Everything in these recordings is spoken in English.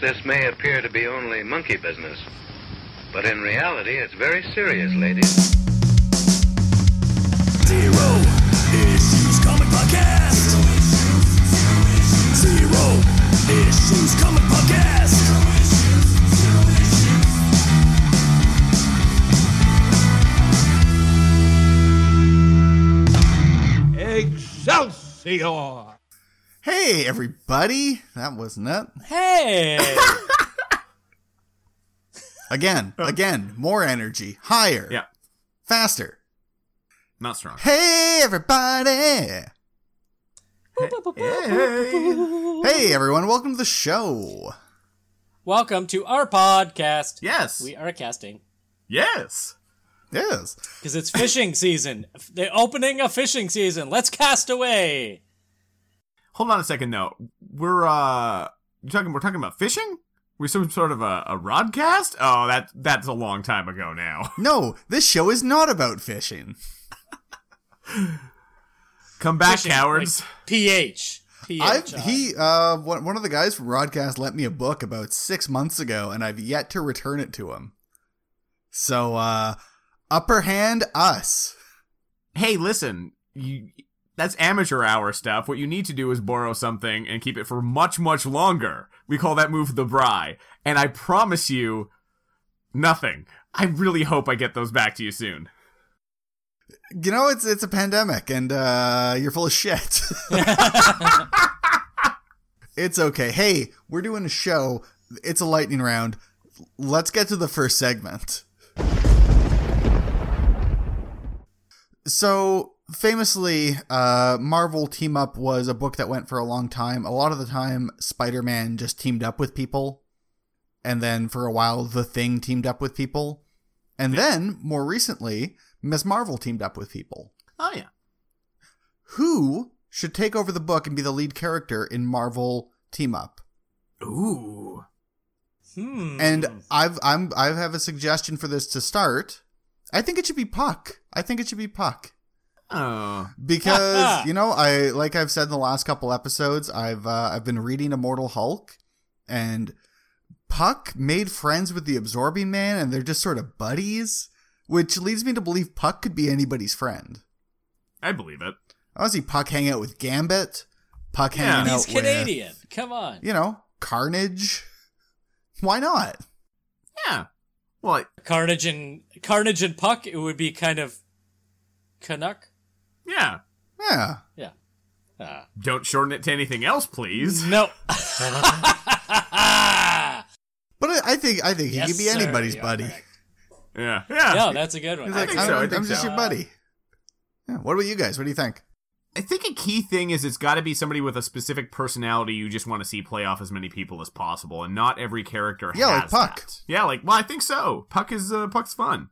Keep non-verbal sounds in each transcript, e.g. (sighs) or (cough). this may appear to be only monkey business, but in reality, it's very serious, ladies. Zero Issues Comic Podcast. Zero Issues Comic Podcast. Excelsior! Hey, everybody. That was not (laughs) Hey! Again, again, more energy, higher, Yeah, faster. not strong. Hey, everybody. Hey, everyone. Welcome to the show. Welcome to our podcast. Yes. We are casting yes. Yes. because it's fishing season. The opening of fishing season. Let's cast away. Hold on a second though. We're uh you talking we're talking about fishing? We some sort of a, a rodcast? Oh, that that's a long time ago now. (laughs) No, this show is not about fishing. Come back, Fishing, cowards. like, PH. PH. I've, he, uh, one one of the guys from Broadcast lent me a book about six months ago, and I've yet to return it to him. So, uh, upper hand us. hey, listen, you that's amateur hour stuff. What you need to do is borrow something and keep it for much, much longer. We call that move the bry. And I promise you nothing. I really hope I get those back to you soon. You know, it's it's a pandemic, and uh, you're full of shit. (laughs) it's okay. Hey, we're doing a show. It's a lightning round. Let's get to the first segment. So famously, uh, Marvel Team Up was a book that went for a long time. A lot of the time, Spider Man just teamed up with people, and then for a while, The Thing teamed up with people, and then more recently, Miss Marvel teamed up with people. Oh yeah. Who should take over the book and be the lead character in Marvel Team Up? Ooh. Hmm. And I've I'm I have a suggestion for this to start. I think it should be Puck. I think it should be Puck. Oh. because you know I like I've said in the last couple episodes I've uh, I've been reading Immortal Hulk and Puck made friends with the Absorbing Man and they're just sort of buddies, which leads me to believe Puck could be anybody's friend. I believe it. I want to see Puck hang out with Gambit, Puck hanging Yeah. out He's with Canadian. Come on. you know Carnage. Why not? Yeah. Well, I- Carnage and Carnage and Puck. It would be kind of Canuck. yeah. Yeah, Yeah. Uh, Don't shorten it to anything else, please. (laughs) no. but I, I think I think he Yes, could be sir. anybody's You're (laughs) buddy. correct. Yeah. Yeah. No, that's a good one. He's I like, think I'm, so, I I'm think just so. your buddy. Yeah. What about you guys? What do you think? I think a key thing is it's got to be somebody with a specific personality you just want to see play off as many people as possible, and not every character Yeah, like has Puck. that. Yeah, like well, I think so. Puck is uh, Puck's fun.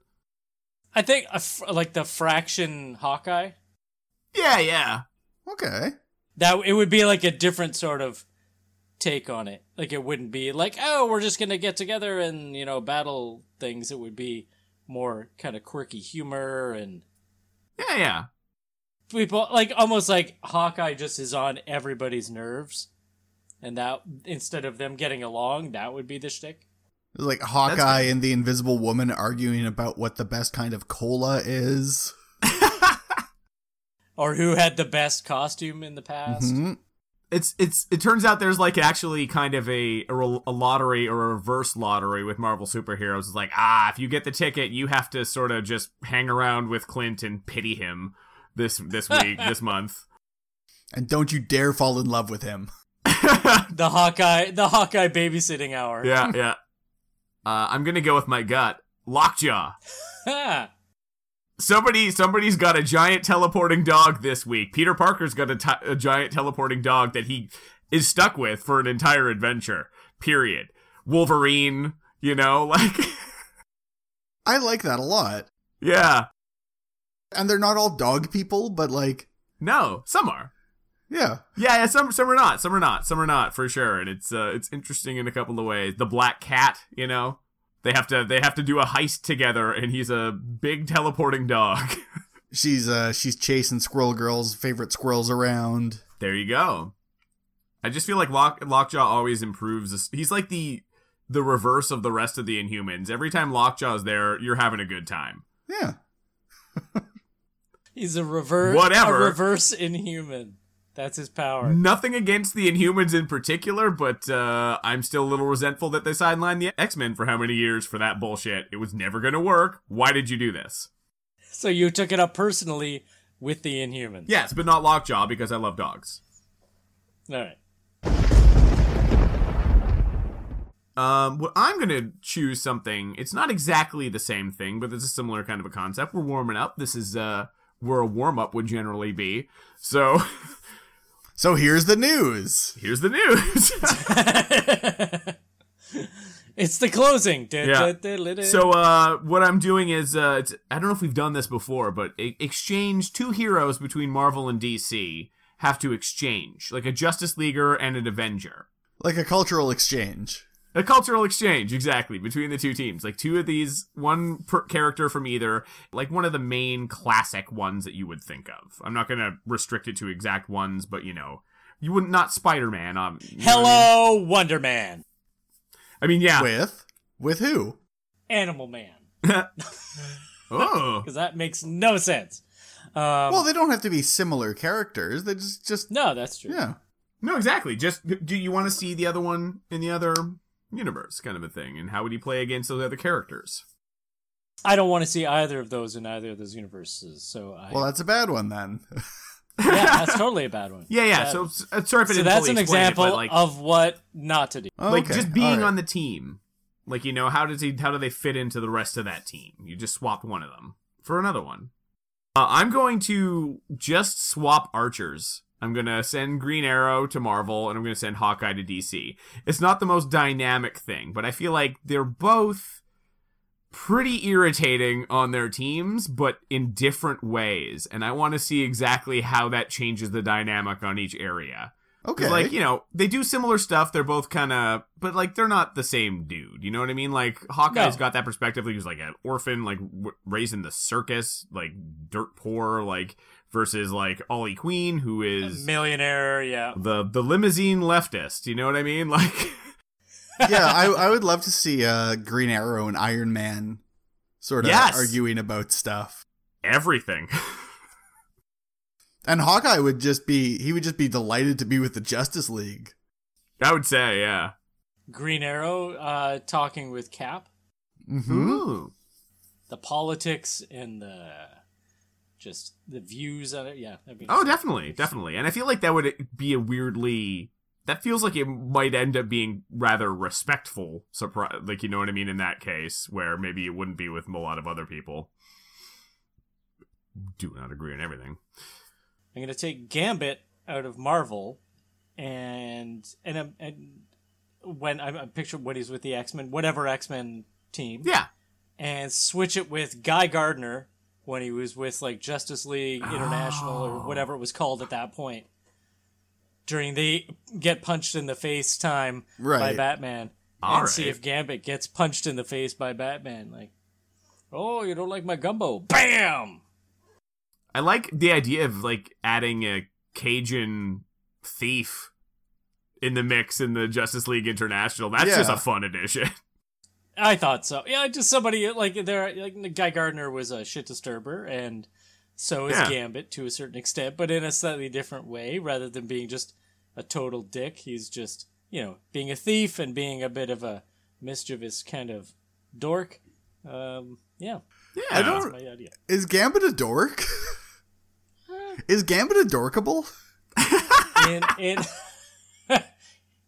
I think a fr- like the fraction Hawkeye. Yeah, yeah, Okay. That it would be like a different sort of take on it. Like it wouldn't be like, oh, we're just gonna get together and you know battle things. It would be more kind of quirky humor and yeah, yeah. people like almost like Hawkeye just is on everybody's nerves, and that instead of them getting along, that would be the shtick. It's Like Hawkeye and the Invisible Woman arguing about what the best kind of cola is. Or who had the best costume in the past? Mhm. It's it's it turns out there's like actually kind of a a, rel- a lottery or a reverse lottery with Marvel superheroes. It's like ah, if you get the ticket, you have to sort of just hang around with Clint and pity him this this (laughs) week this month. And don't you dare fall in love with him. The Hawkeye, the Hawkeye babysitting (laughs) hour. Yeah, yeah. Uh, I'm gonna go with my gut. Lockjaw. Yeah. Somebody, somebody's got a giant teleporting dog this week. Peter Parker's got a, ti a giant teleporting dog that he is stuck with for an entire adventure. Period. Wolverine, you know, (laughs) like, I like that a lot. yeah. And they're not all dog people, but like, No, some are. yeah. Yeah, yeah. Some, some are not. Some are not. Some are not for sure. And it's, uh, it's interesting in a couple of ways. The Black Cat, you know, they have to, they have to do a heist together, and he's a big teleporting dog. (laughs) She's uh she's chasing Squirrel Girl's favorite squirrels around. there you go. I just feel like Lock, Lockjaw always improves. This, he's like the the reverse of the rest of the Inhumans. Every time Lockjaw's there, you're having a good time. Yeah. (laughs) He's a reverse, Whatever. a reverse inhuman. That's his power. Nothing against the Inhumans in particular, but uh, I'm still a little resentful that they sidelined the X Men for how many years for that bullshit. It was never going to work. Why did you do this? So you took it up personally with the inhuman. Yes, but not Lockjaw because I love dogs. All right. Um, what I'm gonna choose something. It's not exactly the same thing, but it's a similar kind of a concept. We're warming up. This is uh, where a warm up would generally be. So (laughs) So here's the news. here's the news. (laughs) It's the closing. Yeah. So so uh, what I'm doing is uh, it's, I don't know if we've done this before, but e- exchange two heroes between Marvel and DC have to exchange like a Justice Leaguer and an Avenger. Like a cultural exchange. A cultural exchange, exactly, between the two teams. Like two of these, one per character from either, like one of the main classic ones that you would think of. I'm not going to restrict it to exact ones, but you know, you wouldn't, not Spider Man. Um, you know what I mean? hello, Wonder Man, I mean, yeah. With? With who? Animal Man, Oh. because that makes no sense. Um, Well, they don't have to be similar characters. They just, just no, that's true. yeah. No, exactly. Just do you want to see the other one in the other universe, kind of a thing? And how would he play against those other characters? I don't want to see either of those in either of those universes. So I, Well, that's a bad one then. (laughs) (laughs) (laughs) yeah, that's totally a bad one. Yeah, yeah. That- so, s- uh, sorry if I so didn't that's fully an explain example it, but, like, of what not to do. like Oh, Okay, just being alright. on the team like you know how does he how do they fit into the rest of that team you just swapped one of them for another one uh, i'm going to just swap archers i'm going to send green arrow to marvel and i'm going to send hawkeye to dc it's not the most dynamic thing but i feel like they're both pretty irritating on their teams but in different ways and i want to see exactly how that changes the dynamic on each area 'Cause, Okay. Like, you know, they do similar stuff. They're both kind of, but like, they're not the same dude. You know what I mean? Like, Hawkeye's No. got that perspective. Like, he was like an orphan, like w- raised in the circus, like dirt poor, like versus like Ollie Queen, who is Millionaire, yeah. the the limousine leftist. You know what I mean? (laughs) Like, yeah, (laughs) I, I would love to see uh, Green Arrow and Iron Man sort of Yes. arguing about stuff. everything. And Hawkeye would just be he would just be delighted to be with the Justice League. I would say, yeah. Green Arrow uh, talking with Cap, Mm-hmm. Ooh. the politics and the just the views on it. Yeah, that'd be Oh, definitely, definitely. And I feel like that would be a weirdly that feels like it might end up being rather respectful surprise like you know what I mean in that case where maybe it wouldn't be with a lot of other people. Do not agree on everything. I'm gonna take Gambit out of Marvel, and and I'm- and when I'm, I picture when he's with the X Men, whatever X Men team, Yeah. and switch it with Guy Gardner when he was with like Justice League International Oh. or whatever it was called at that point. During the get punched in the face time by Right. Batman, and All see right. if Gambit gets punched in the face by Batman, like, oh, you don't like my gumbo? Bam! I like the idea of like adding a Cajun thief in the mix in the Justice League International. That's just Yeah. a fun addition. I thought so. Yeah, just somebody like there. Like Guy Gardner was a shit disturber, and so is Yeah. Gambit to a certain extent, but in a slightly different way. Rather than being just a total dick, he's just you know being a thief and being a bit of a mischievous kind of dork. Um, yeah, Yeah. (laughs) I don't my idea. Is Gambit a dork? (laughs) is Gambit a dorkable? And, and (laughs)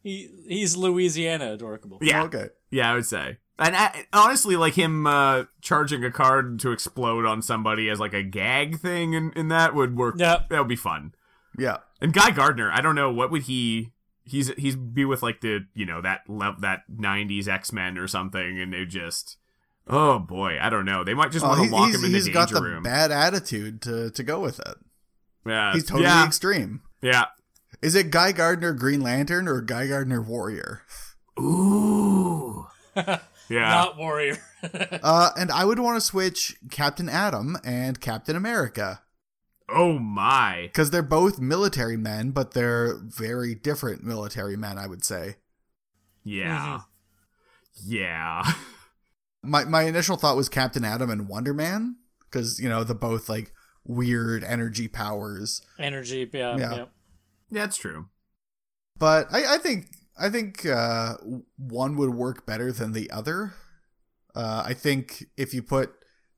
he he's Louisiana adorable. yeah. Okay. Yeah, I would say. And I, honestly, like him uh, charging a card to explode on somebody as like a gag thing, and, and that would work. Yep. that would be fun. Yeah. And Guy Gardner, I don't know what would he. He's he's be with like the you know that lev- that '90s X Men or something, and they just oh boy, I don't know. They might just Well, want Oh, he, to lock he's, him in the he's danger got the room. bad attitude to, to go with it. yeah, He's totally yeah, extreme. yeah. Is it Guy Gardner Green Lantern or Guy (laughs) Gardner Warrior? Ooh, yeah. Not warrior. (laughs) Uh, and I would want to switch Captain Atom and Captain America. Oh my. because they're both military men, but they're very different military men. I would say. Yeah. Yeah. (laughs) My my initial thought was Captain Adam and Wonder Man because you know the both like weird energy powers, Energy, yeah, Yeah. yeah. That's true. but I I think I think uh, w- one would work better than the other. Uh, I think if you put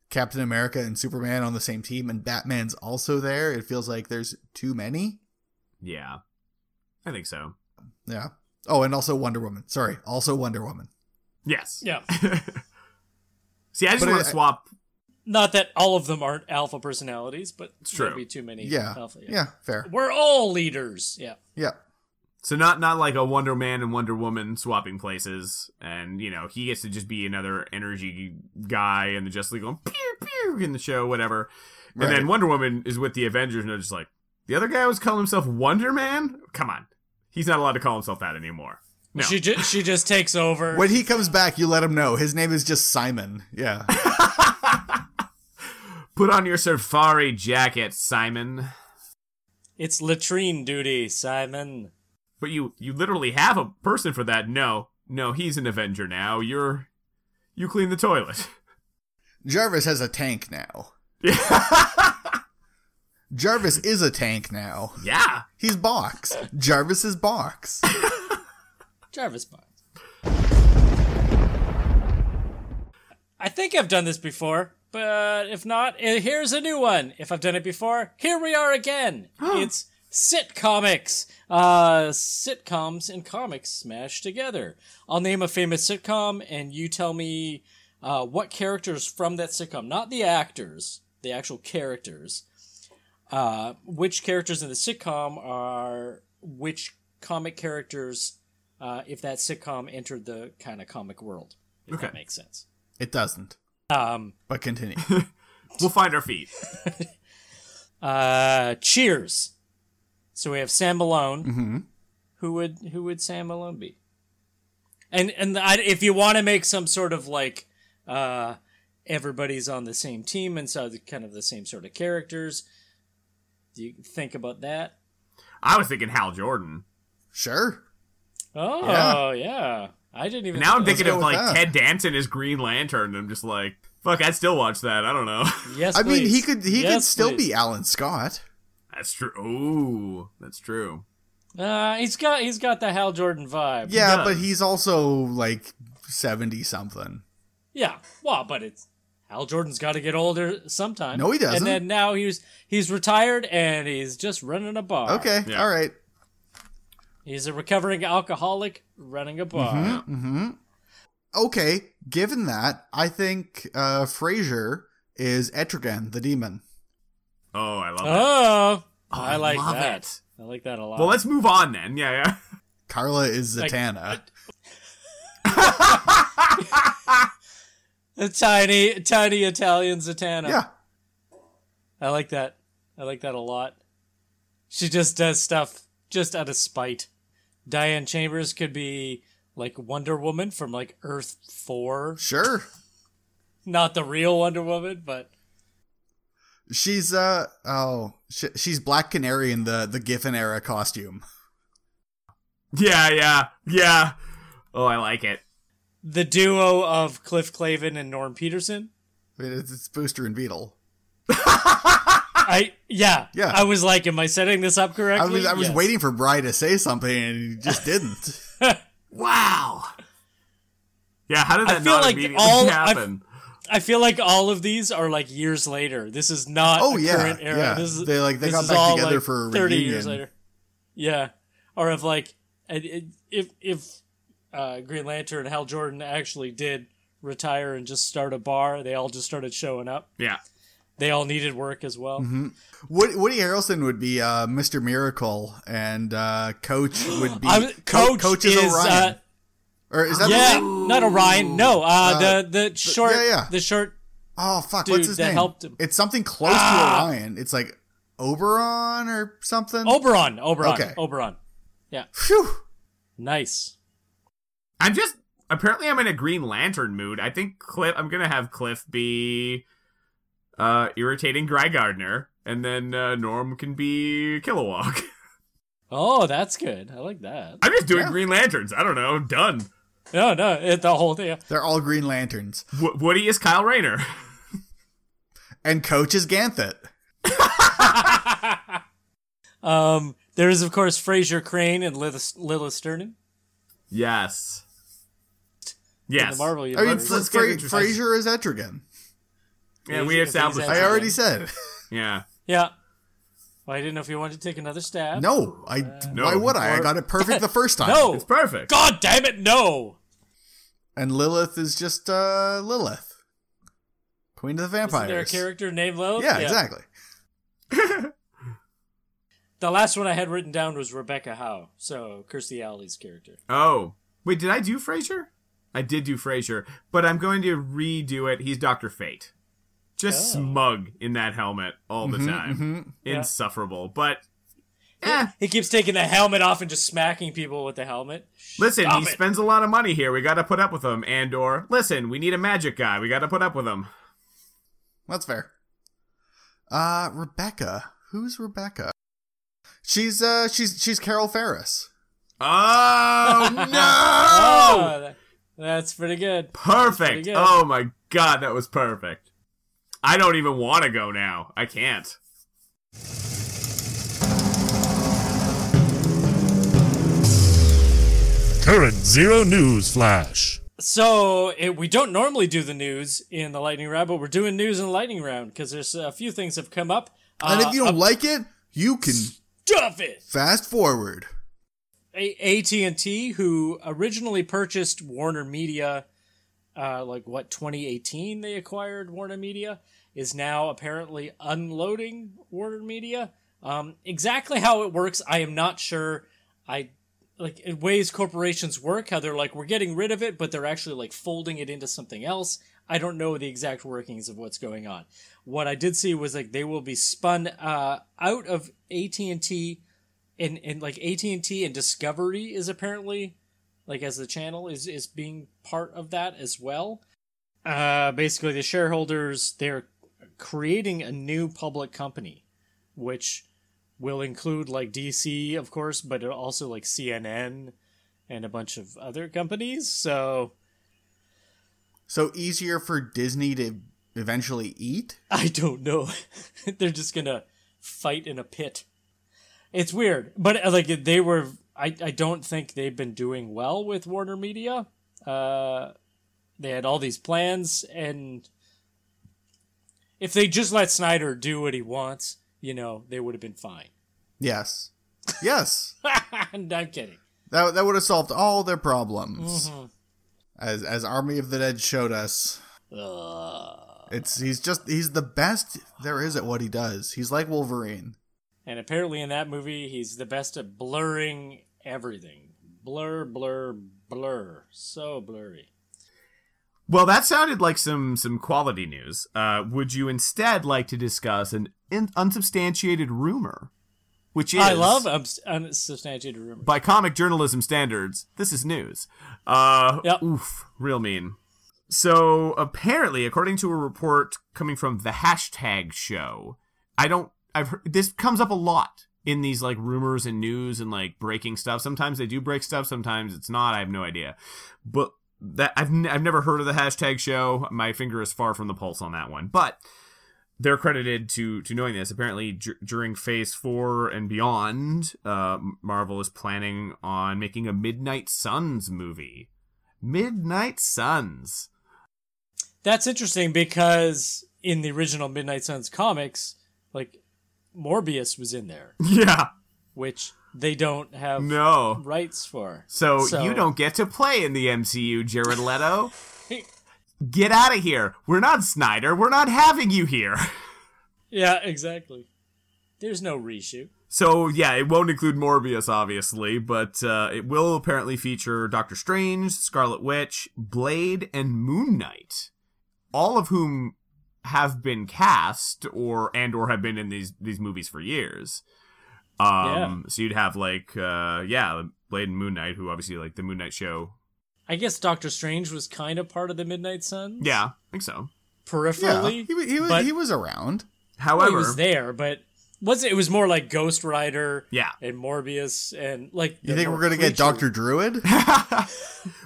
Captain America and Superman on the same team and Batman's also there, it feels like there's too many. Yeah. I think so. Yeah. Oh, and also Wonder Woman. Sorry, also Wonder Woman. Yes. Yeah. See, I just But want I- to swap. Not that all of them aren't alpha personalities, but It's true. maybe too many Yeah. alpha. Yeah. Yeah. Fair. We're all leaders. Yeah. Yeah. So not not like a Wonder Man and Wonder Woman swapping places, and you know he gets to just be another energy guy in the Justice League going pew pew in the show, whatever. And Right. then Wonder Woman is with the Avengers, and they're just like the other guy was calling himself Wonder Man. Come on, he's not allowed to call himself that anymore. No, She ju- she just takes over. When he comes back, you let him know. His name is just Simon. Yeah. put on your safari jacket, Simon. It's latrine duty, Simon. But you you literally have a person for that. No, no, he's an Avenger now. You're you clean the (laughs) toilet. Jarvis has a tank now. (laughs) Jarvis is a tank now. Yeah. He's box. Jarvis is box. Jarvis Bond. I think I've done this before, but if not, eh, here's a new one. If I've done it before, here we are again. it's sitcomics. Uh, sitcoms and comics smashed together. I'll name a famous sitcom, and you tell me uh, what characters from that sitcom, not the actors, the actual characters, uh, which characters in the sitcom are which comic characters uh, if that sitcom entered the kind of comic world. If Okay. that makes sense. It doesn't. Um, But continue. (laughs) We'll find our feet. uh, Cheers. So we have Sam Malone. Mm-hmm. Who would who would Sam Malone be? And and I, if you want to make some sort of like uh, everybody's on the same team and so the- kind of the same sort of characters, do you think about that? I was thinking Hal Jordan. Sure. Oh Yeah. yeah, I didn't even. And now I'm think thinking go of with like that. Ted Danson as Green Lantern. And I'm just like, fuck, I'd still watch that. I don't know. (laughs) Yes, I mean, he please. could he could Yes, still please. be Alan Scott. That's true. Ooh, that's true. Uh, he's got he's got the Hal Jordan vibe. Yeah, does. but he's also like 70 something. Yeah. Well, but it's Hal Jordan's got to get older sometime. No, he doesn't. And then now he's he's retired and he's just running a bar. Okay. Yeah. All right. He's a recovering alcoholic running a bar. Okay. Given that, I think uh Frasier is Etrigan the demon. Oh, I love that. Oh, I I like love that. it. I like that a lot. Well, let's move on then. Yeah, yeah. (laughs) Carla is Like- Zatanna. the tiny tiny Italian Zatanna. yeah. I like that. I like that a lot. She just does stuff just out of spite. Diane Chambers could be like Wonder Woman from like Earth 4. Sure. Not the real Wonder Woman, but She's uh oh, sh- she's Black Canary in the the Giffen era costume. Yeah, yeah, yeah. Oh, I like it. the duo of Cliff Clavin and Norm Peterson. I mean, It's, it's Booster and Beetle. I yeah Ah! Yeah. I was like, am I setting this up I correctly? was I was Yes. waiting for Bry to say something and he just didn't. Wow. Yeah, how did I that feel not like immediately all- I've- happen? I feel like all of these are like years later. This is not Oh, a yeah, current era. yeah. This is They, like, they this got is back all, together like, for a thirty years reunion. later. Yeah, or if like and it- if if uh, Green Lantern and Hal Jordan actually did retire and just start a bar, they all just started showing up. Yeah. They all needed work as well. Mm-hmm. Woody, Woody Harrelson would be uh, Mr. Miracle, and uh, Coach would be (gasps) I was- Coach, is, is Orion. uh, or is that the yeah, name? not Orion. No, uh, the the short yeah, yeah. the short Oh fuck, Dude, what's his that name? helped him. Ah. It's something close to Orion. It's like Oberon or something. Oberon, Oberon, Okay. Oberon. Phew. Nice. I'm just apparently I'm in a Green Lantern mood. I think Cliff. I'm gonna have Cliff be uh irritating Guy Gardner. and then uh, Norm can be Kilowog. (laughs) Oh, that's good. I like that. I'm just doing Yeah. Green Lanterns. I don't know. Done. No, no, it, the whole thing. They're all Green Lanterns. W- Woody is Kyle Rayner. (laughs) And Coach is Ganthet. Um, there is of course Fraser Crane and Lilith, Lilith Sternin yes. in Yes. the Marvel I mean, universe. let's get Fra- into- Fraser is Etrigan. yeah, we established. I already said. Yeah. yeah. Well, I didn't know if you wanted to take another stab. No, I. No. Why would I? I got it (laughs) perfect the first time. No. It's perfect. God damn it, no. And Lilith is just uh, Lilith, Queen of the Isn't there a Vampires. character named Lilith? yeah, exactly. The last one I had written down was Rebecca Howe, so Kirstie Alley's character. Oh. Wait, did I do Frasier? I did do Frasier, but I'm going to redo it. He's Dr. Fate. Just Oh. Mm-hmm, smug in that helmet all the time. Yeah. Insufferable. But eh, He keeps taking the helmet off and just smacking people with the helmet. listen, Stop he it. spends a lot of money here. We got to put up with him. And or listen, we need a magic guy. We got to put up with him. That's fair. Uh, Rebecca. Who's Rebecca? She's uh, she's she's Carol Ferris. (laughs) Oh no! Oh, that- that's pretty good. pretty perfect. good. Oh my god, that was perfect. I don't even want to go now. I can't. Current Zero News Flash. So it, we don't normally do the news in the lightning round, but we're doing news in the lightning round because there's a few things have come up. And Uh, if you don't like it, you can stuff it. fast forward. A- AT&T who originally purchased Warner Media uh, like what 2018 they acquired Warner Media is now apparently unloading Warner Media um, exactly how it works I am not sure I like it- ways corporations work how they're like we're getting rid of it but they're actually like folding it into something else I don't know the exact workings of what's going on what I did see was like they will be spun uh, out of AT&T and and like AT and T and Discovery is apparently like as the channel is is being part of that as well. Uh, basically, the shareholders they're creating a new public company, which will include like DC, of course, but it also like CNN and a bunch of other companies. So So easier for Disney to eventually eat. I don't know. (laughs) They're just gonna fight in a pit. It's weird, but uh, like they were. I I don't think they've been doing well with Warner Media. Uh, they had all these plans, and if they just let Snyder do what he wants, you know, they would have been fine. (laughs) Yes, yes. And I'm kidding. That that would have solved all their problems. Mm-hmm. As as Army of the Dead showed us, it's he's just he's the best there is at what he does. He's like Wolverine. And apparently, in that movie, he's the best at blurring everything. Blur, blur, blur. So blurry. Well, that sounded like some some quality news. Uh, would you instead like to discuss an in- unsubstantiated rumor, which is I love ups- unsubstantiated rumors. by comic journalism standards, this is news. Uh, Yep. Oof, real mean. So apparently, according to a report coming from the hashtag show, I don't. I've heard, this comes up a lot in these like rumors and news and like breaking stuff. Sometimes they do break stuff. Sometimes it's not. I have no idea. But that I've n- I've never heard of the hashtag show. My finger is far from the pulse on that one. But they're credited to to knowing this. Apparently, dur- during Phase Four and beyond, uh, Marvel is planning on making a Midnight Suns movie. Midnight Suns. That's interesting because in the original Midnight Suns comics, like Morbius was in there, Yeah. which they don't have No. rights for. So, So- you don't get to play in the MCU, Jared Leto. get out of here. We're not Snyder. We're not having you here. (laughs) Yeah, exactly. There's no reshoot. So yeah, it won't include Morbius, obviously, but uh, it will apparently feature Doctor Strange, Scarlet Witch, Blade, and Moon Knight, all of whom have been cast or and or have been in these these movies for years. Um, So you'd have like uh, yeah, Blade and Moon Knight, who obviously like the Moon Knight show. I guess Doctor Strange was kind of part of the Midnight Suns. Yeah, I think so. Yeah, Peripherally. he, wa- he was but- he was around. Well, he However, was there, but was it, it was more like Ghost Rider yeah. and Morbius and like. You think we're gonna get Doctor Druid? (laughs)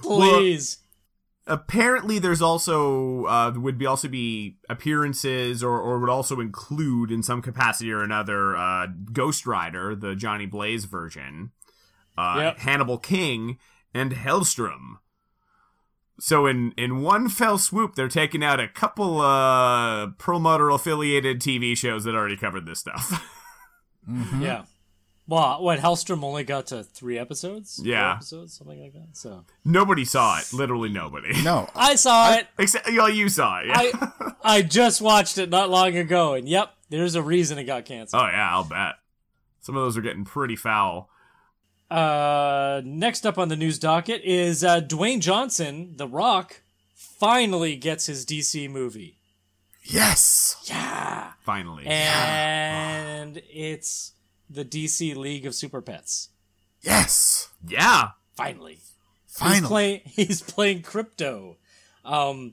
Please. Apparently, there's also uh, would be also be appearances, or or would also include in some capacity or another uh, Ghost Rider, the Johnny Blaze version, uh, Yep. Hannibal King, and Hellstrom. So in in one fell swoop, they're taking out a couple uh, Perlmutter affiliated TV shows that already covered this stuff. (laughs) Mhm. Yeah. Well, what Hellstrom only got to three episodes. Four Yeah. episodes, something like that. So nobody saw it, literally nobody. (laughs) No, I saw it. Except y'all, you saw it. Yeah. I I just watched it not long ago, and yep, there's a reason it got canceled. oh yeah, I'll bet. Some of those are getting pretty foul. Uh, next up on the news docket is uh, Dwayne Johnson, The Rock, finally gets his DC movie. yes, Yeah, Finally. and it's the DC League of Super Pets. yes, Yeah. Finally, finally. He's playing. (laughs) He's playing crypto. Um,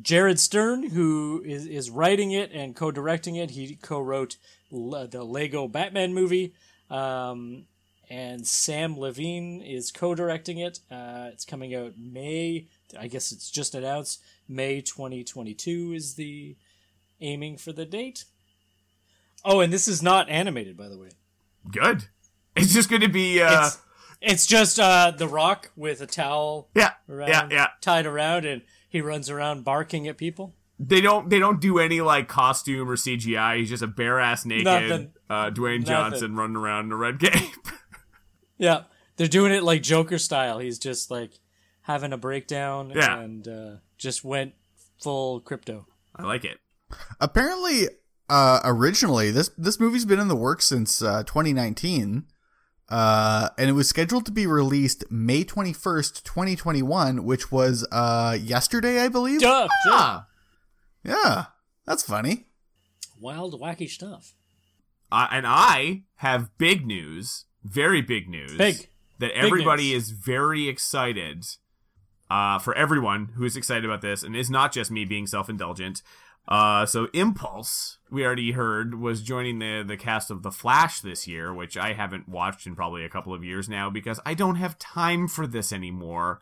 Jared Stern, who is is writing it and co-directing it, he co-wrote Le- the Lego Batman movie, um, and Sam Levine is co-directing it. Uh, it's coming out May. I guess it's just announced May 2022 is the aiming for the date. Oh, and this is not animated, by the way. Good. It's just going to be. Uh, It's, it's just uh, the Rock with a towel yeah. around, Yeah. Yeah. tied around, and he runs around barking at people. They don't. They don't do any like costume or CGI. He's just a bare ass naked Nothing. uh, Dwayne Johnson running around in a red cape. (laughs) Yeah, they're doing it like Joker style. He's just like having a breakdown Yeah. and uh, just went full crypto. I like it. Apparently, uh, originally this this movie's been in the works since uh, 2019, uh, and it was scheduled to be released May 21st, 2021, which was uh, yesterday, I believe. Duh, duh. Ah. Yeah, that's funny. wild, wacky stuff. Uh, and I have big news. Very big news. Big. That everybody news. is very excited. Uh, for everyone who is excited about this, and is not just me being self indulgent. Uh, so Impulse, we already heard, was joining the the cast of The Flash this year, which I haven't watched in probably a couple of years now because I don't have time for this anymore.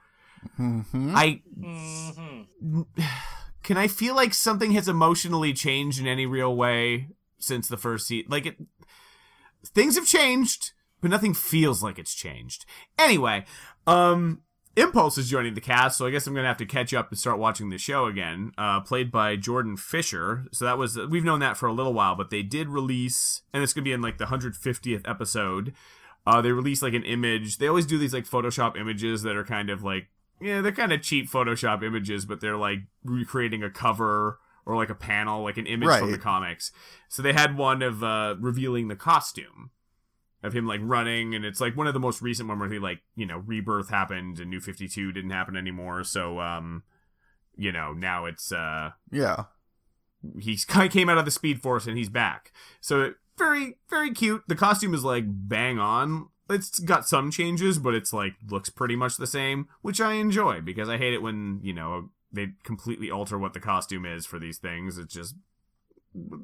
I hmm (sighs) can I feel like something has emotionally changed in any real way since the first season? Like it, things have changed, but nothing feels like it's changed. Anyway, um, Impulse is joining the cast, so I guess I'm gonna have to catch up and start watching the show again. Uh, played by Jordan Fisher, so that was we've known that for a little while, but they did release, and it's gonna be in like the 150th episode. Uh, they released like an image. They always do these like Photoshop images that are kind of like yeah, they're kind of cheap Photoshop images, but they're like recreating a cover or like a panel, like an image from Right. the comics. So they had one of uh, revealing the costume of him like running, and it's like one of the most recent one where he like you know rebirth happened and New Fifty Two didn't happen anymore. So um, you know now it's uh Yeah, (laughs) he's kind of came out of the Speed Force and he's back. So very very cute. The costume is like bang on. It's got some changes, but it's like looks pretty much the same, which I enjoy because I hate it when you know they completely alter what the costume is for these things. It's just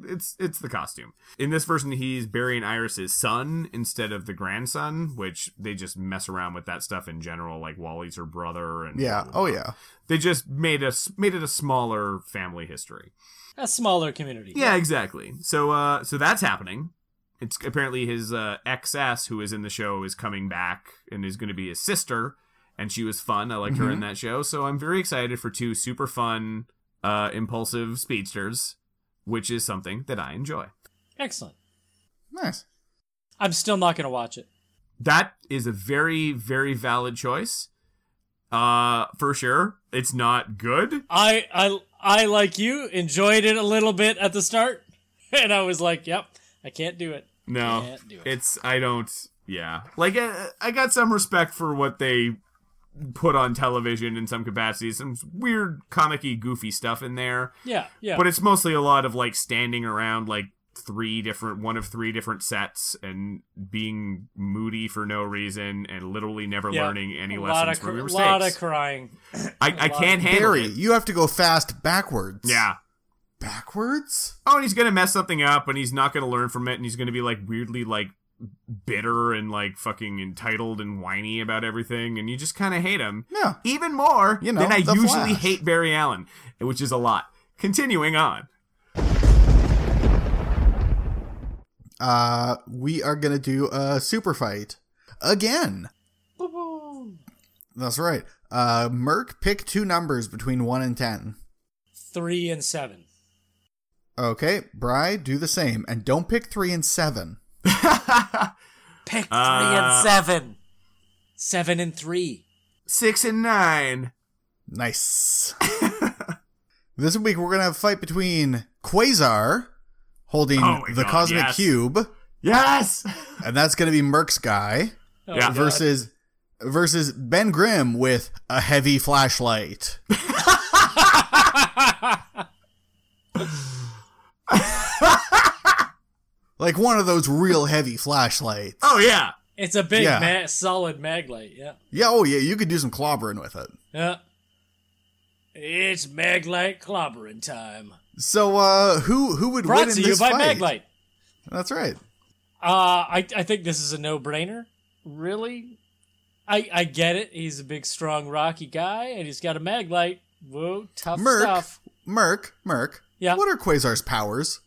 it's it's the costume. In this version, he's burying Iris's son instead of the grandson, which they just mess around with that stuff in general, like Wally's her brother and yeah, oh yeah. They just made us made it a smaller family history. A smaller community. Yeah, exactly. So uh so that's happening. It's apparently his uh ex ass who is in the show is coming back and is gonna be his sister, and she was fun. I liked her in that show, so I'm very excited for two super fun, uh impulsive speedsters, which is something that I enjoy. excellent. Nice. I'm still not gonna watch it. That is a very, very valid choice. Uh for sure. It's not good. I I I like you enjoyed it a little bit at the start, (laughs) and I was like, "Yep, I can't do it." No, Can't do it. it's I don't. Yeah, like uh, I got some respect for what they put on television in some capacities. Some weird, comic-y, goofy stuff in there, Yeah, yeah. but it's mostly a lot of like standing around like three different one of three different sets and being moody for no reason and literally never Yeah. learning any a lot lessons of, from cr- your lot of mistakes. crying. I, I can't handle Barry, it. you have to go fast backwards. Yeah, backwards? oh, and he's gonna mess something up, and he's not gonna learn from it, and he's gonna be like weirdly like bitter and like fucking entitled and whiny about everything, and you just kind of hate him Yeah. even more You know, than I The usually Flash. hate Barry Allen, which is a lot. Continuing on, Uh, we are gonna do a super fight again. That's right. Uh, Merc, pick two numbers between one and ten. Three and seven. Okay, Bry, do the same, and don't pick three and seven. Pick three Ah. Uh, and seven. Seven and three. six and nine. (laughs) Nice. this week we're gonna have a fight between Quasar, holding Oh my the God, cosmic yes. cube, Yes. and that's gonna be Merc's guy Oh, Yeah. God. versus versus Ben Grimm with a heavy flashlight. (laughs) like one of those real heavy flashlights. Oh yeah. It's a big, Yeah. ma- solid maglite. Yeah. Yeah, oh yeah, you could do some clobbering with it. Yeah. It's maglite clobbering time. So uh who who would Brought win in to you this by fight? maglite. That's right. Uh, I I think this is a no brainer. Really, I I get it. He's a big, strong, rocky guy, and he's got a maglite. Whoa, tough Merc, stuff. Merc, Merc. Yeah. What are Quasar's powers?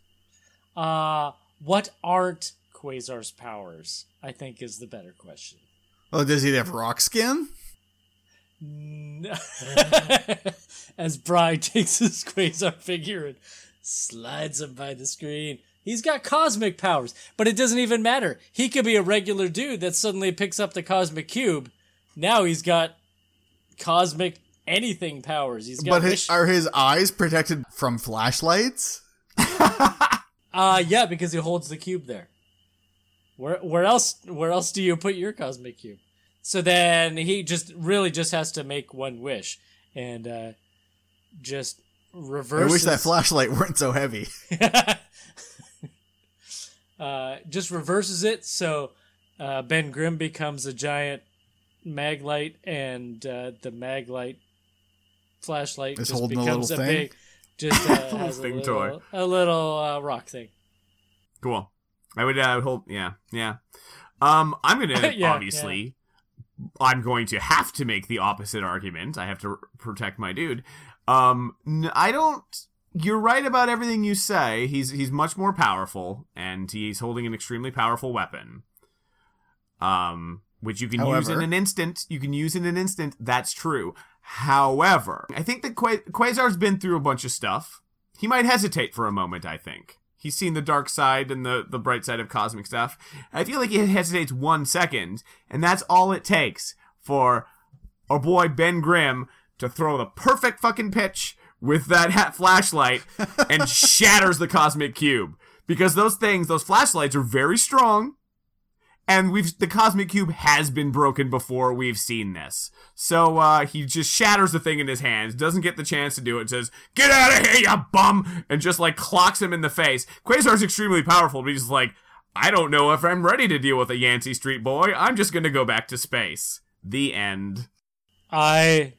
Uh, what aren't Quasar's powers? I think is the better question. Oh, does he have rock skin? N- Mm. (laughs) As Bry takes his Quasar figure and slides him by the screen. He's got cosmic powers, but it doesn't even matter. He could be a regular dude that suddenly picks up the cosmic cube. Now he's got cosmic anything powers. He's got But his, wish- are his eyes protected from flashlights? uh yeah, because he holds the cube there. Where where else where else do you put your cosmic cube? So then he just really just has to make one wish and uh just reverse I wish that flashlight (laughs) weren't so heavy. uh, just reverses it so uh, Ben Grimm becomes a giant maglite and uh, the maglite flashlight Is just holding a becomes a, little thing? big (laughs) just uh, has a thing little, toy. a little uh, rock thing. Cool. I would, uh, I would hold. Yeah, yeah. Um, I'm gonna (laughs) Yeah, obviously. I'm going to have to make the opposite argument. I have to r- protect my dude. Um, n- I don't. You're right about everything you say. He's he's much more powerful, and he's holding an extremely powerful weapon. Um, which you can use in However- an instant. You can use in an instant. That's true. However, I think that Qua- Quasar's been through a bunch of stuff. He might hesitate for a moment, I think. He's seen the dark side and the, the bright side of cosmic stuff. I feel like he hesitates one second, and that's all it takes for our boy Ben Grimm to throw the perfect fucking pitch with that hat flashlight and shatters the cosmic cube. Because those things, those flashlights are very strong, and we've the cosmic cube has been broken before we've seen this. So uh, he just shatters the thing in his hands, doesn't get the chance to do it, says, Get out of here, you bum! And just like clocks him in the face. Quasar's extremely powerful, but he's like, I don't know if I'm ready to deal with a Yancey Street boy. I'm just gonna go back to space. The end. I.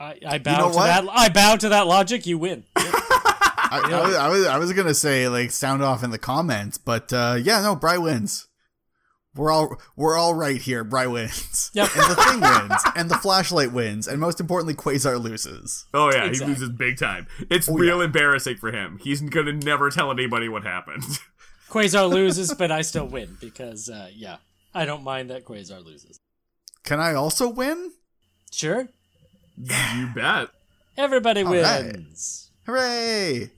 I, I bow know to what? that. I bow to that logic. You win. I, I, was, I was I was gonna say like sound off in the comments, but uh, yeah, no, Bry wins. We're all we're all right here. Bry wins. Yep. And the thing wins, and the flashlight wins, and most importantly, Quasar loses. Oh yeah, Exactly. he loses big time. It's real embarrassing for him. He's gonna never tell anybody what happened. (laughs) Quasar loses, but I still win because uh, yeah, I don't mind that Quasar loses. Can I also win? Sure, (laughs) you bet. everybody All right. wins. Hooray!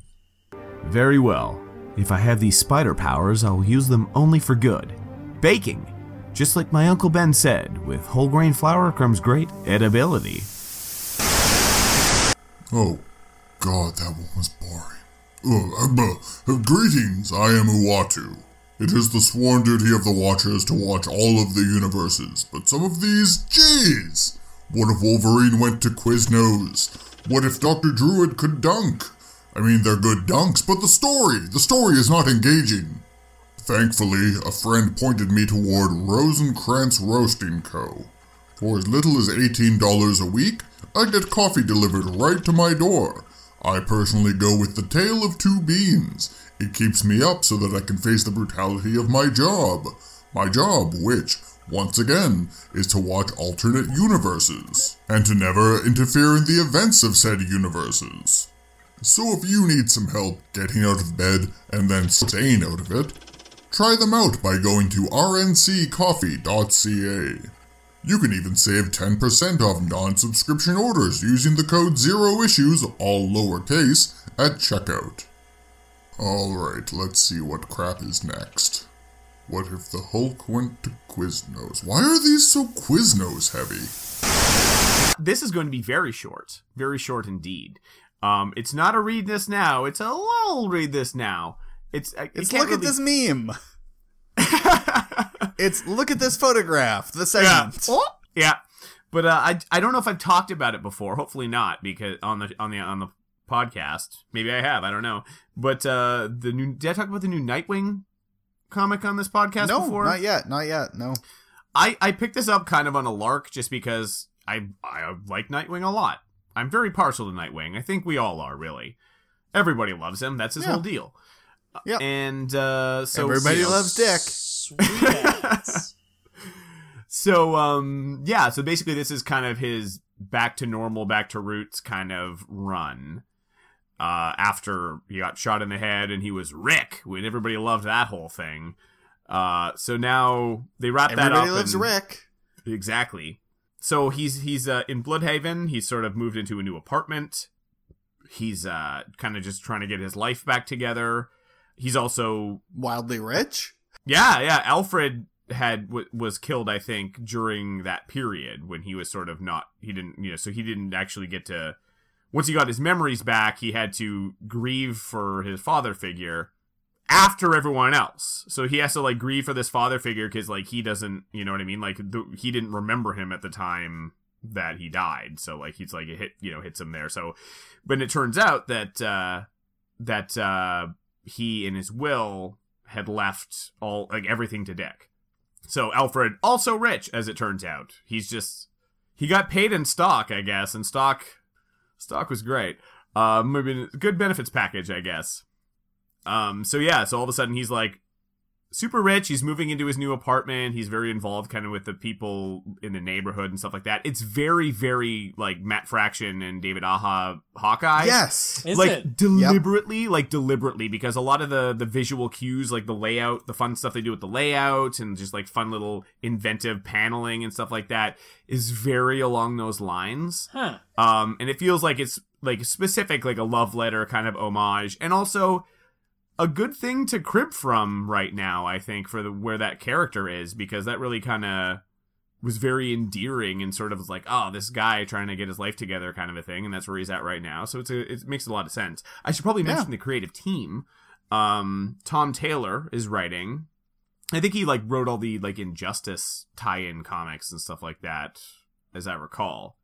Very well. If I have these spider powers, I'll use them only for good. Baking. Just like my Uncle Ben said, with whole grain flour comes great edibility. Oh, God, that one was boring. Ugh, uh, buh. Uh, greetings, I am Uatu. It is the sworn duty of the Watchers to watch all of the universes, but some of these, jeez! What if Wolverine went to Quiznos? What if Dr. Druid could dunk? I mean, they're good dunks, but the story, the story is not engaging. Thankfully, a friend pointed me toward Rosencrantz Roasting Co. For as little as $18 a week, I get coffee delivered right to my door. I personally go with the tail of two beans. It keeps me up so that I can face the brutality of my job. My job, which, once again, is to watch alternate universes, and to never interfere in the events of said universes. So if you need some help getting out of bed and then staying out of it, try them out by going to rnccoffee.ca. You can even save 10% off non subscription orders using the code ZEROISSUES, all lowercase, at checkout. Alright, let's see what crap is next. What if the Hulk went to Quiznos? Why are these so Quiznos heavy? This is going to be very short, very short indeed. Um, it's not a read this now. It's a I'll read this now. It's I- you It's can't look at really- this (laughs) meme. it's look at this photograph. The segment. Yeah. Yeah, but uh, I I don't know if I've talked about it before. Hopefully not, because on the on the on the podcast, maybe I have. I don't know. But uh, the new did I talk about the new Nightwing comic on this podcast No, before? not yet. Not yet. No. I I picked this up kind of on a lark, just because I I like Nightwing a lot. I'm very partial to Nightwing. I think we all are, really. Everybody loves him. That's his Yeah. whole deal. Yeah. And uh, so Everybody so- loves dick. Sweet (laughs) ass. So um yeah, so basically this is kind of his back to normal, back to roots kind of run. Uh after he got shot in the head and he was Rick, when everybody loved that whole thing. Uh so now they wrap that up. Everybody loves and- Rick. Exactly. So he's he's uh, in Bloodhaven. He's sort of moved into a new apartment. He's uh kind of just trying to get his life back together. He's also Wildly rich. yeah, yeah. Alfred had w- was killed, I think, during that period when he was sort of not. He didn't, you know, so he didn't actually get to. Once he got his memories back, he had to grieve for his father figure after everyone else. So he has to like grieve for this father figure because like he doesn't, you know what I mean? Like th- he didn't remember him at the time that he died. So like he's like it hit, you know, hits him there. So, but it turns out that uh that uh he in his will had left all like everything to Dick. So Alfred also rich as it turns out. He's just he got paid in stock, I guess, and stock stock was great. Uh, maybe good benefits package, I guess. Um, so yeah, so all of a sudden he's like super rich. He's moving into his new apartment. He's very involved, kind of with the people in the neighborhood and stuff like that. It's very, very like Matt Fraction and David Aha Hawkeye yes. Is like it? deliberately, like deliberately, because a lot of the the visual cues, like the layout, the fun stuff they do with the layout, and just like fun little inventive paneling and stuff like that, is very along those lines. Huh. Um, and it feels like it's like specific, like a love letter kind of homage, and also a good thing to crib from right now. I think for the where that character is, because that really kind of was very endearing and sort of was like, oh, this guy trying to get his life together kind of a thing, and that's where he's at right now. So it's a, it makes a lot of sense. I should probably Yeah. mention the creative team. Um, Tom Taylor is writing. I think he like wrote all the like Injustice tie-in comics and stuff like that, as I recall.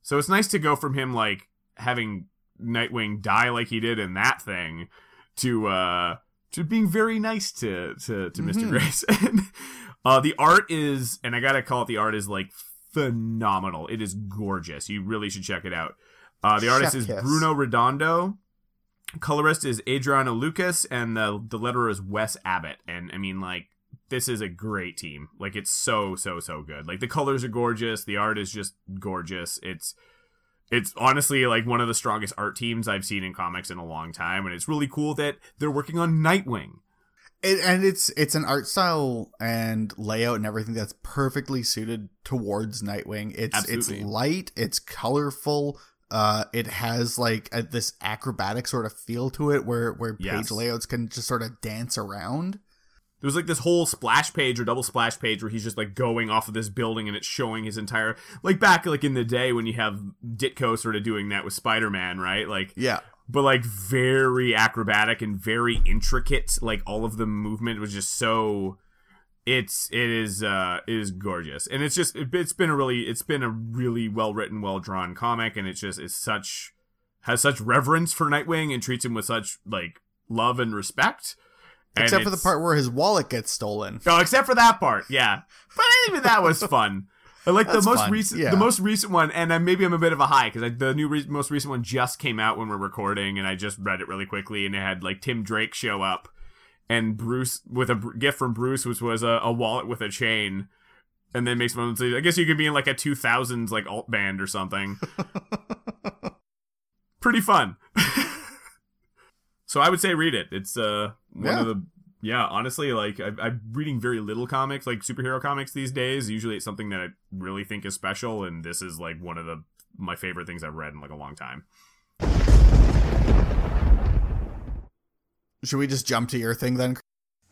So it's nice to go from him like having Nightwing die like he did in that thing to uh to being very nice to to, to Mr. Mhm. Grayson. (laughs) uh the art is and I gotta call it the art is like phenomenal. It is gorgeous. You really should check it out. Uh the artist Chef is kiss. Bruno Redondo. Colorist is Adriano Lucas and the the letterer is Wes Abbott. And I mean like this is a great team. Like it's so so so good. Like the colors are gorgeous, the art is just gorgeous. It's it's honestly like one of the strongest art teams I've seen in comics in a long time, and it's really cool that they're working on Nightwing. It, and it's it's an art style and layout and everything that's perfectly suited towards Nightwing. It's Absolutely. it's light, it's colorful. Uh, it has like a, this acrobatic sort of feel to it, where where page Yes. layouts can just sort of dance around. There's like this whole splash page or double splash page where he's just like going off of this building and it's showing his entire like back like in the day when you have Ditko sort of doing that with Spider-Man, right? Like Yeah, but like very acrobatic and very intricate. Like all of the movement was just so. It's it is uh it is gorgeous, and it's just it, it's been a really it's been a really well written, well drawn comic, and it's just it's such has such reverence for Nightwing and treats him with such like love and respect. And except for the it's- part where his wallet gets stolen. (laughs) Oh, except for that part, yeah. But even that was fun. I like the That's most fun, recent, yeah. the most recent one, and I, maybe I'm a bit of a high because the new, re- most recent one just came out when we're recording, and I just read it really quickly, and it had like Tim Drake show up, and Bruce with a br- gift from Bruce, which was a, a wallet with a chain, and then makes moments. I guess you could be in like a 2000s like alt band or something. Pretty fun. (laughs) so I would say read it. It's uh one Yeah. of the yeah, honestly, like I, I'm reading very little comics, like superhero comics these days. Usually, it's something that I really think is special, and this is like one of the my favorite things I've read in like a long time. Should we just jump to your thing then?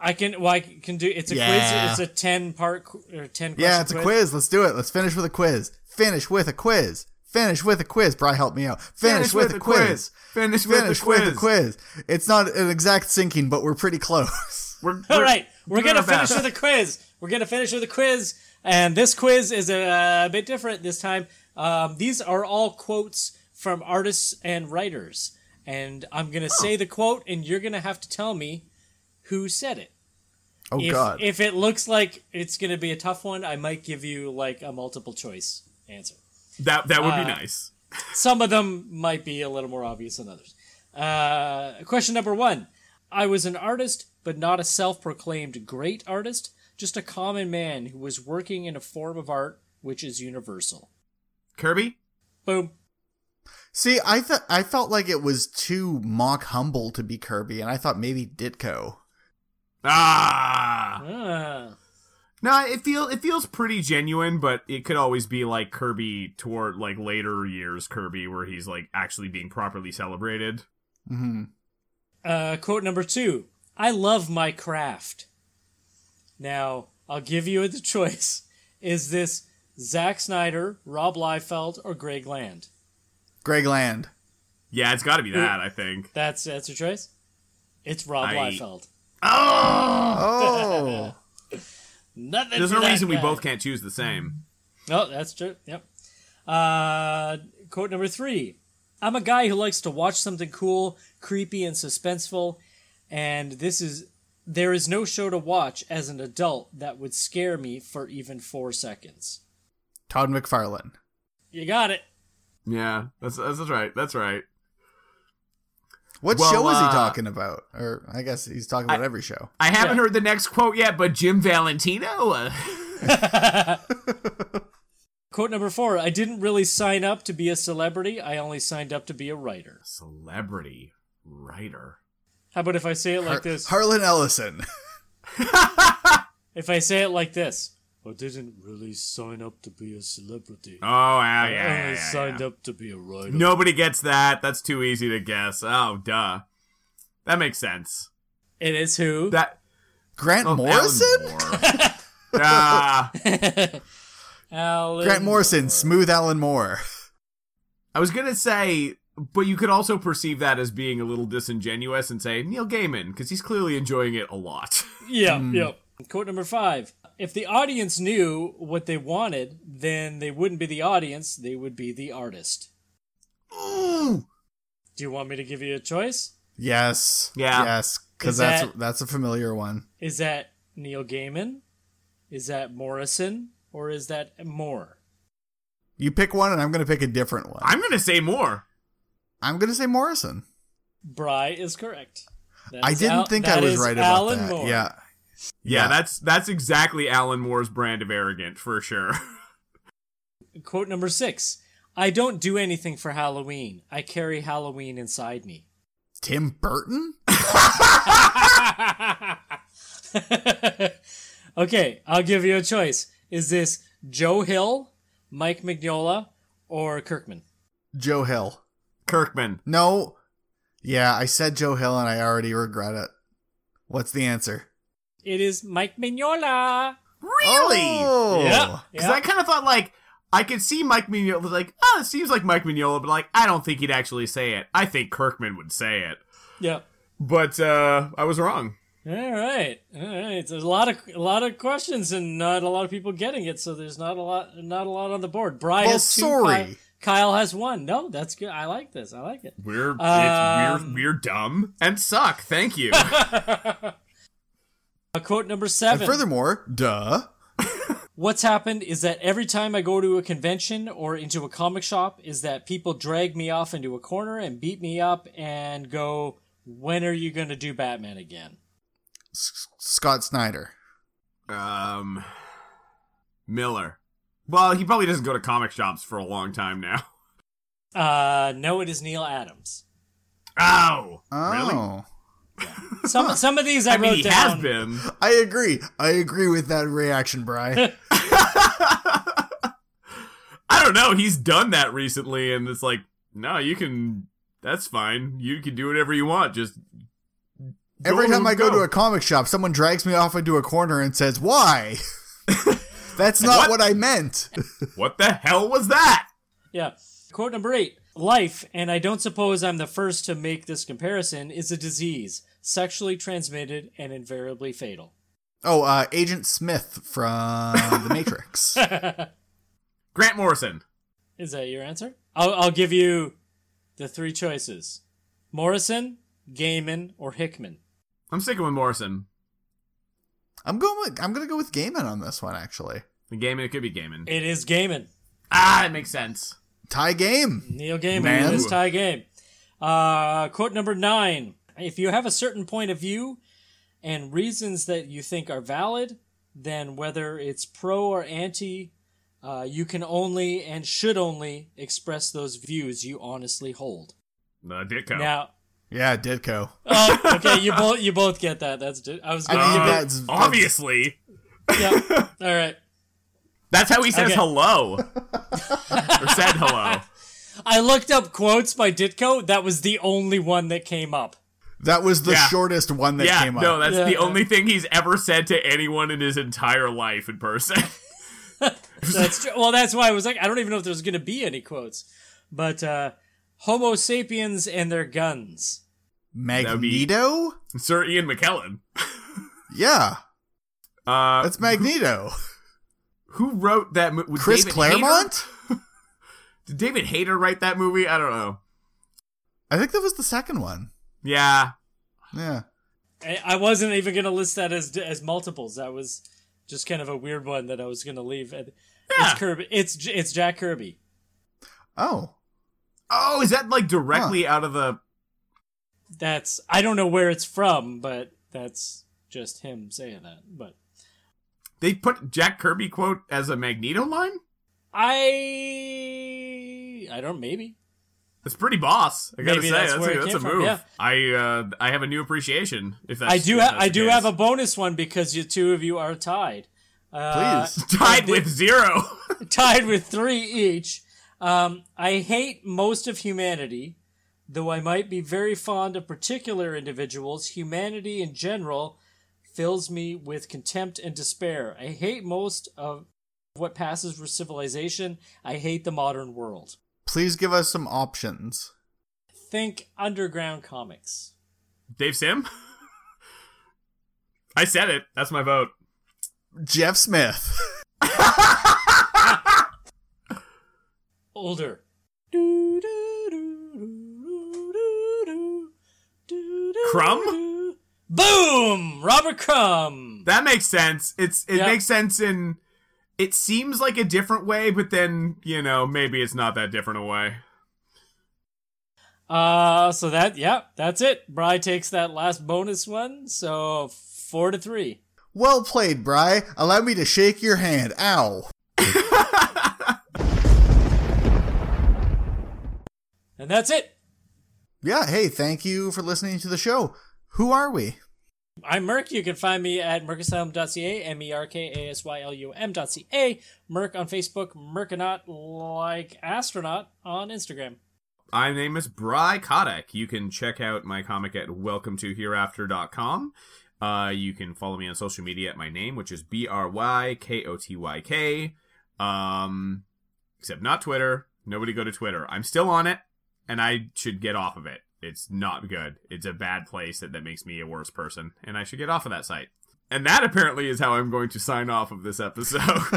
I can. Well, I can do. It's a Yeah. quiz. It's a ten part qu- or ten. Yeah, question it's a quiz. Let's do it. Let's finish with a quiz. Finish with a quiz. Finish with a quiz. Bry, help me out. Finish, with, a quiz. Finish, Finish with, with, the a quiz. It's not an exact syncing, but we're pretty close. (laughs) We're, All right, we're doing gonna our finish best. with a quiz. We're gonna finish with a quiz, and this quiz is a, uh bit different this time. Um, these are all quotes from artists and writers, and I'm gonna say the quote, and you're gonna have to tell me who said it. Oh If, God. if it looks like it's gonna be a tough one, I might give you like a multiple choice answer. That that would be Uh, nice. Some of them might be a little more obvious than others. Uh, question number one I was an artist, but not a self proclaimed great artist, just a common man who was working in a form of art which is universal. Kirby, Boom. See, I thought I felt like it was too mock humble to be Kirby, and I thought maybe Ditko. ah, Ah. no, it feel it feels pretty genuine, but it could always be like Kirby toward like later years Kirby, where he's like actually being properly celebrated. hmm Uh, quote number two I love my craft. Now, I'll give you the (laughs) choice. Is this Zack Snyder, Rob Liefeld, or Greg Land? Greg Land. Yeah, it's got to be that. I think. That's, that's your choice? It's Rob I- Liefeld. Oh. Oh, Nothing There's for no that reason we guy. both can't choose the same. Oh, that's true. Yep. Uh, quote number three I'm a guy who likes to watch something cool, creepy, and suspenseful, and this is. There is no show to watch as an adult that would scare me for even four seconds. Todd McFarlane. You got it. (laughs) Yeah, that's that's, that's right. That's right. What Well, show is he uh, talking about? Or I guess he's talking about every show. I haven't Yeah. heard the next quote yet, but Jim Valentino. Uh, Quote number four I didn't really sign up to be a celebrity, I only signed up to be a writer. celebrity writer. How about if I say it like Har- this? Harlan Ellison. (laughs) If I say it like this I didn't really sign up to be a celebrity. Oh yeah, yeah. I yeah, only yeah, signed yeah. up to be a writer. Nobody gets that. That's too easy to guess. Oh duh. That makes sense. It is who? That Grant oh, Alan Morrison? Moore. (laughs) Ah, Alan Grant Morrison, smooth Alan Moore. I was gonna say, but you could also perceive that as being a little disingenuous and say Neil Gaiman because he's clearly enjoying it a lot. (laughs) Yeah, Hmm. yeah. Quote number five. If the audience knew what they wanted, then they wouldn't be the audience, they would be the artist. Ooh. Do you want me to give you a choice? Yes. Yeah. Yes. Is Because that's that- that's a familiar one. Is that Neil Gaiman? Is that Morrison? Or is that Moore? You pick one and I'm gonna pick a different one. I'm gonna say more. I'm gonna say Morrison. Bry is correct. That I is didn't Al- think that I was is right about Alan that. Moore. Yeah. Yeah, Yeah. that's that's exactly Alan Moore's brand of arrogant for sure. (laughs) Quote number six. I don't do anything for Halloween. I carry Halloween inside me. Tim Burton? (laughs) (laughs) okay, I'll give you a choice. Is this Joe Hill, Mike Mignola, or Kirkman? Joe Hill. Kirkman. No. Yeah, I said Joe Hill and I already regret it. What's the answer? It is Mike Mignola. Really? Oh. Yeah. Because I kind of thought like I could see Mike Mignola like, oh, it seems like Mike Mignola, but like I don't think he'd actually say it. I think Kirkman would say it. Yeah. But uh I was wrong. All right. All right. There's a lot of a lot of questions and not a lot of people getting it, so there's not a lot not a lot on the board. Brian Well, has two. sorry. Ky- Kyle has one. No, that's good. I like this. I like it. (laughs) We're it's, Um, we're we're dumb and suck. Thank (laughs) you. Uh, quote number And seven. furthermore, duh. what's happened is that every time I go to a convention or into a comic shop, is that people drag me off into a corner and beat me up and go, "When are you going to do Batman again?" S- Scott Snyder. Um, Miller. Well, he probably doesn't go to comic shops for a long time now. Uh, no, it is Neil (laughs) Adams. Ow! Oh. Really? Some some of these I, I mean, wrote he down. has been. (laughs) I agree. I agree with that reaction, Bry. I don't know. He's done that recently, and it's like, no, you can. That's fine. You can do whatever you want. Just go Every time I go go. to a comic shop, someone drags me off into a corner and (laughs) says, Why? That's not what? I meant. what the hell was that? Yeah. Quote number eight Life, and I don't suppose I'm the first to make this comparison, is a disease, sexually transmitted and invariably fatal. (laughs) Oh, uh, Agent Smith from The (laughs) Matrix. Grant Morrison. Is that your answer? I'll, I'll give you the three choices Morrison, Gaiman, or Hickman. I'm sticking with Morrison. I'm going. With, I'm going to go with Gaiman on this one, actually. The gaming, it could be gaming. It is Gaiman. Ah, it makes sense. Tie game. Neil Gaiman, Man. this tie game. Uh, quote number nine. If you have a certain point of view and reasons that you think are valid, then whether it's pro or anti, uh, you can only and should only express those views you honestly hold. The Ditko. Now, Yeah, Ditko. oh, okay, you both you both get that. That's di- I was I gonna mean, give it. that's, that's- Obviously, Yeah. All right. that's how he says Okay. (laughs) hello, or said hello. I looked up quotes by Ditko. That was the only one that came up. that was the Yeah. shortest one that yeah, came up. no, that's Yeah, the yeah. only thing he's ever said to anyone in his entire life in person. (laughs) That's true. Well, that's why I was like, I don't even know if there's going to be any quotes. But uh, Homo sapiens and their guns. would be- Magneto. Sir Ian McKellen. Yeah, Uh, that's Magneto. who wrote that movie? Chris Claremont. (laughs) Did David Hayter write that movie? I don't know. I think that was the second one. Yeah. Yeah. I, I wasn't even going to list that as as multiples. That was just kind of a weird one that I was going to leave. And Yeah. It's Kirby. It's J- it's Jack Kirby. Oh, Oh, is that like directly out of the? That's I don't know where it's from, but that's just him saying that. But They put Jack Kirby quote as a Magneto line. I I don't maybe. That's pretty boss. I gotta Maybe say, that's that's, where a, it that's came a from, move. yeah. I uh, I have a new appreciation. If that's I do if ha- that's I the do case. have (laughs) a bonus one because you two of you are tied. Uh, (laughs) please. tied with zero. (laughs) tied with three each. Um, I hate most of humanity, though I might be very fond of particular individuals. Humanity in general fills me with contempt and despair. I hate most of what passes for civilization. I hate the modern world. please give us some options. Think underground comics. Dave Sim. I said it. That's my vote. (laughs) Jeff Smith. (laughs) Older. Crumb? Boom! Robert Crumb. That makes sense. It's it Yeah. makes sense in. It seems like a different way, but then you know maybe it's not that different a way. Uh, so that, yeah, that's it. Bry takes that last bonus one, so four to three. Well played, Bry. Allow me to shake your hand. Ow. And that's it. Yeah. Hey, thank you for listening to the show. Who are we? I'm Merc. You can find me at mercasylum.ca, M E R K A S Y L U M.ca, Merc on Facebook, Merconaut like astronaut on Instagram. My name is Bry Kodak. You can check out my comic at welcometohereafter.com. Uh, you can follow me on social media at my name, which is B R Y K O T Y K. Um, except not Twitter. Nobody go to Twitter. I'm still on it, and I should get off of it. It's not good. It's a bad place that, that makes me a worse person, and I should get off of that site. And that apparently is how I'm going to sign off of this episode. (laughs)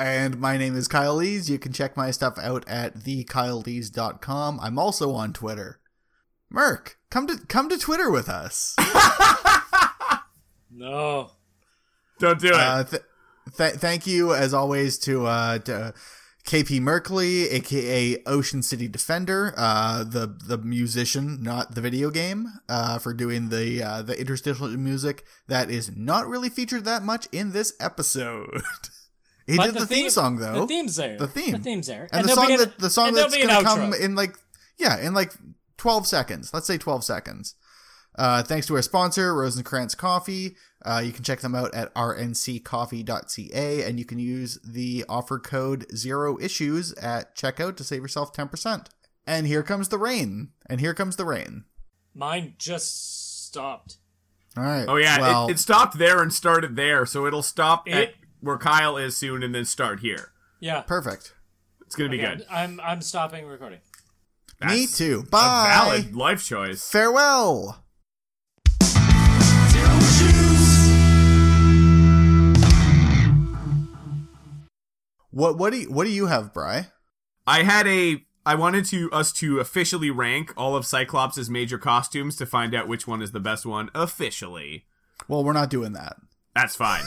And my name is Kyle Lees. You can check my stuff out at thekylelees.com. I'm also on Twitter. Merc, come to come to Twitter with us. No. Don't do it. Uh, th- Th- thank you, as always, to, uh, to KP Merkley, aka Ocean City Defender, uh, the the musician, not the video game, uh, for doing the uh, the interstitial music that is not really featured that much in this episode. (laughs) he But did the, theme, song though, The theme's there. The theme. The theme's there. and, the there'll song be an- that the song and there'll that's be an gonna outro. come in like yeah, in like twelve seconds. Let's say twelve seconds. Uh, thanks to our sponsor, Rosencrantz Coffee. Uh, you can check them out at rnccoffee.ca and you can use the offer code zero issues at checkout to save yourself 10%. And here comes the rain. And here comes the rain. Mine just stopped. All right. Oh yeah, Well, it, it stopped there and started there, so it'll stop at It- where Kyle is soon and then start here. Yeah. perfect. It's gonna be Okay, good. I'm I'm stopping recording. Me That's too. A Bye. valid life choice. Farewell. What what do you, what do you have, Bry? I had a. I wanted to us to officially rank all of Cyclops' major costumes to find out which one is the best one officially. Well, we're not doing that. That's fine.